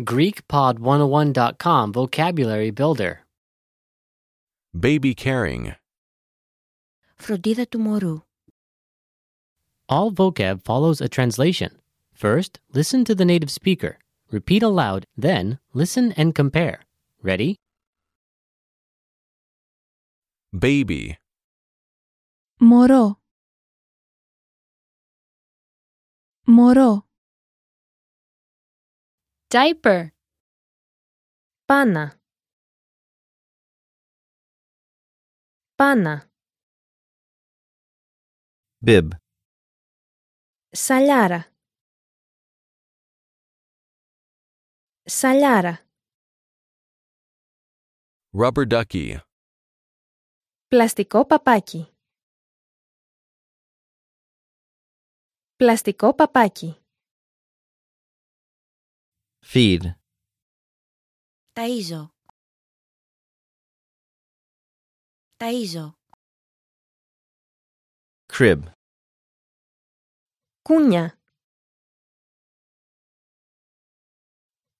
GreekPod101.com Vocabulary Builder. Baby carrying. Φροντίδα του μωρού. All vocab follows a translation. First, listen to the native speaker. Repeat aloud, then, listen and compare. Ready? Baby. Μωρό. Μωρό. Diaper. Πάνα. Πάνα. bib, Σαλιάρα. Σαλιάρα. Rubber ducky. Πλαστικό παπάκι. Πλαστικό παπάκι. feed, Ταΐζω. Ταΐζω. crib, Κούνια.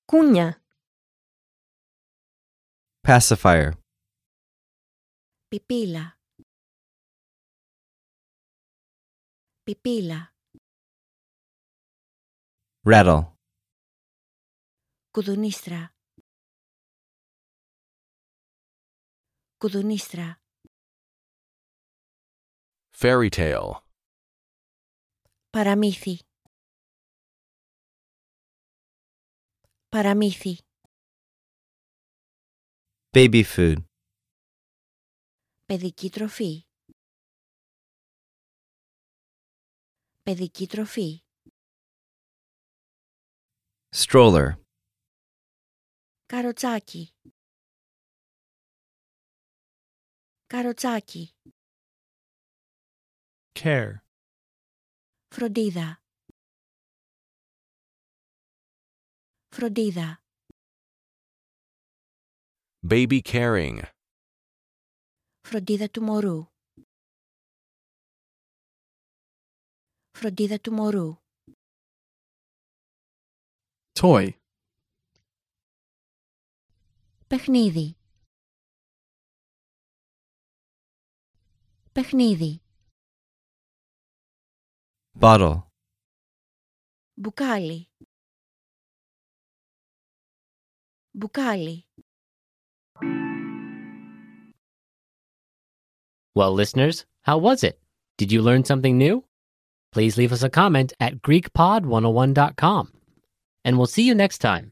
Κούνια. pacifier, Πιπίλα. Πιπίλα. rattle, Κουδουνίστρα. Κουδουνίστρα. Fairy tale. Παραμύθι. Παραμύθι. baby food, Παιδική τροφή. Παιδική τροφή. stroller, Καροτσάκι. Καροτσάκι. care, Φροντίδα. Φροντίδα. Baby carrying. Φροντίδα του μωρού. Φροντίδα του μωρού. toy, Παιχνίδι. Παιχνίδι. bottle, Μπουκάλι. Μπουκάλι. Well, listeners, how was it? Did you learn something new? oh Please leave us a comment at GreekPod101.com. And we'll see you next time.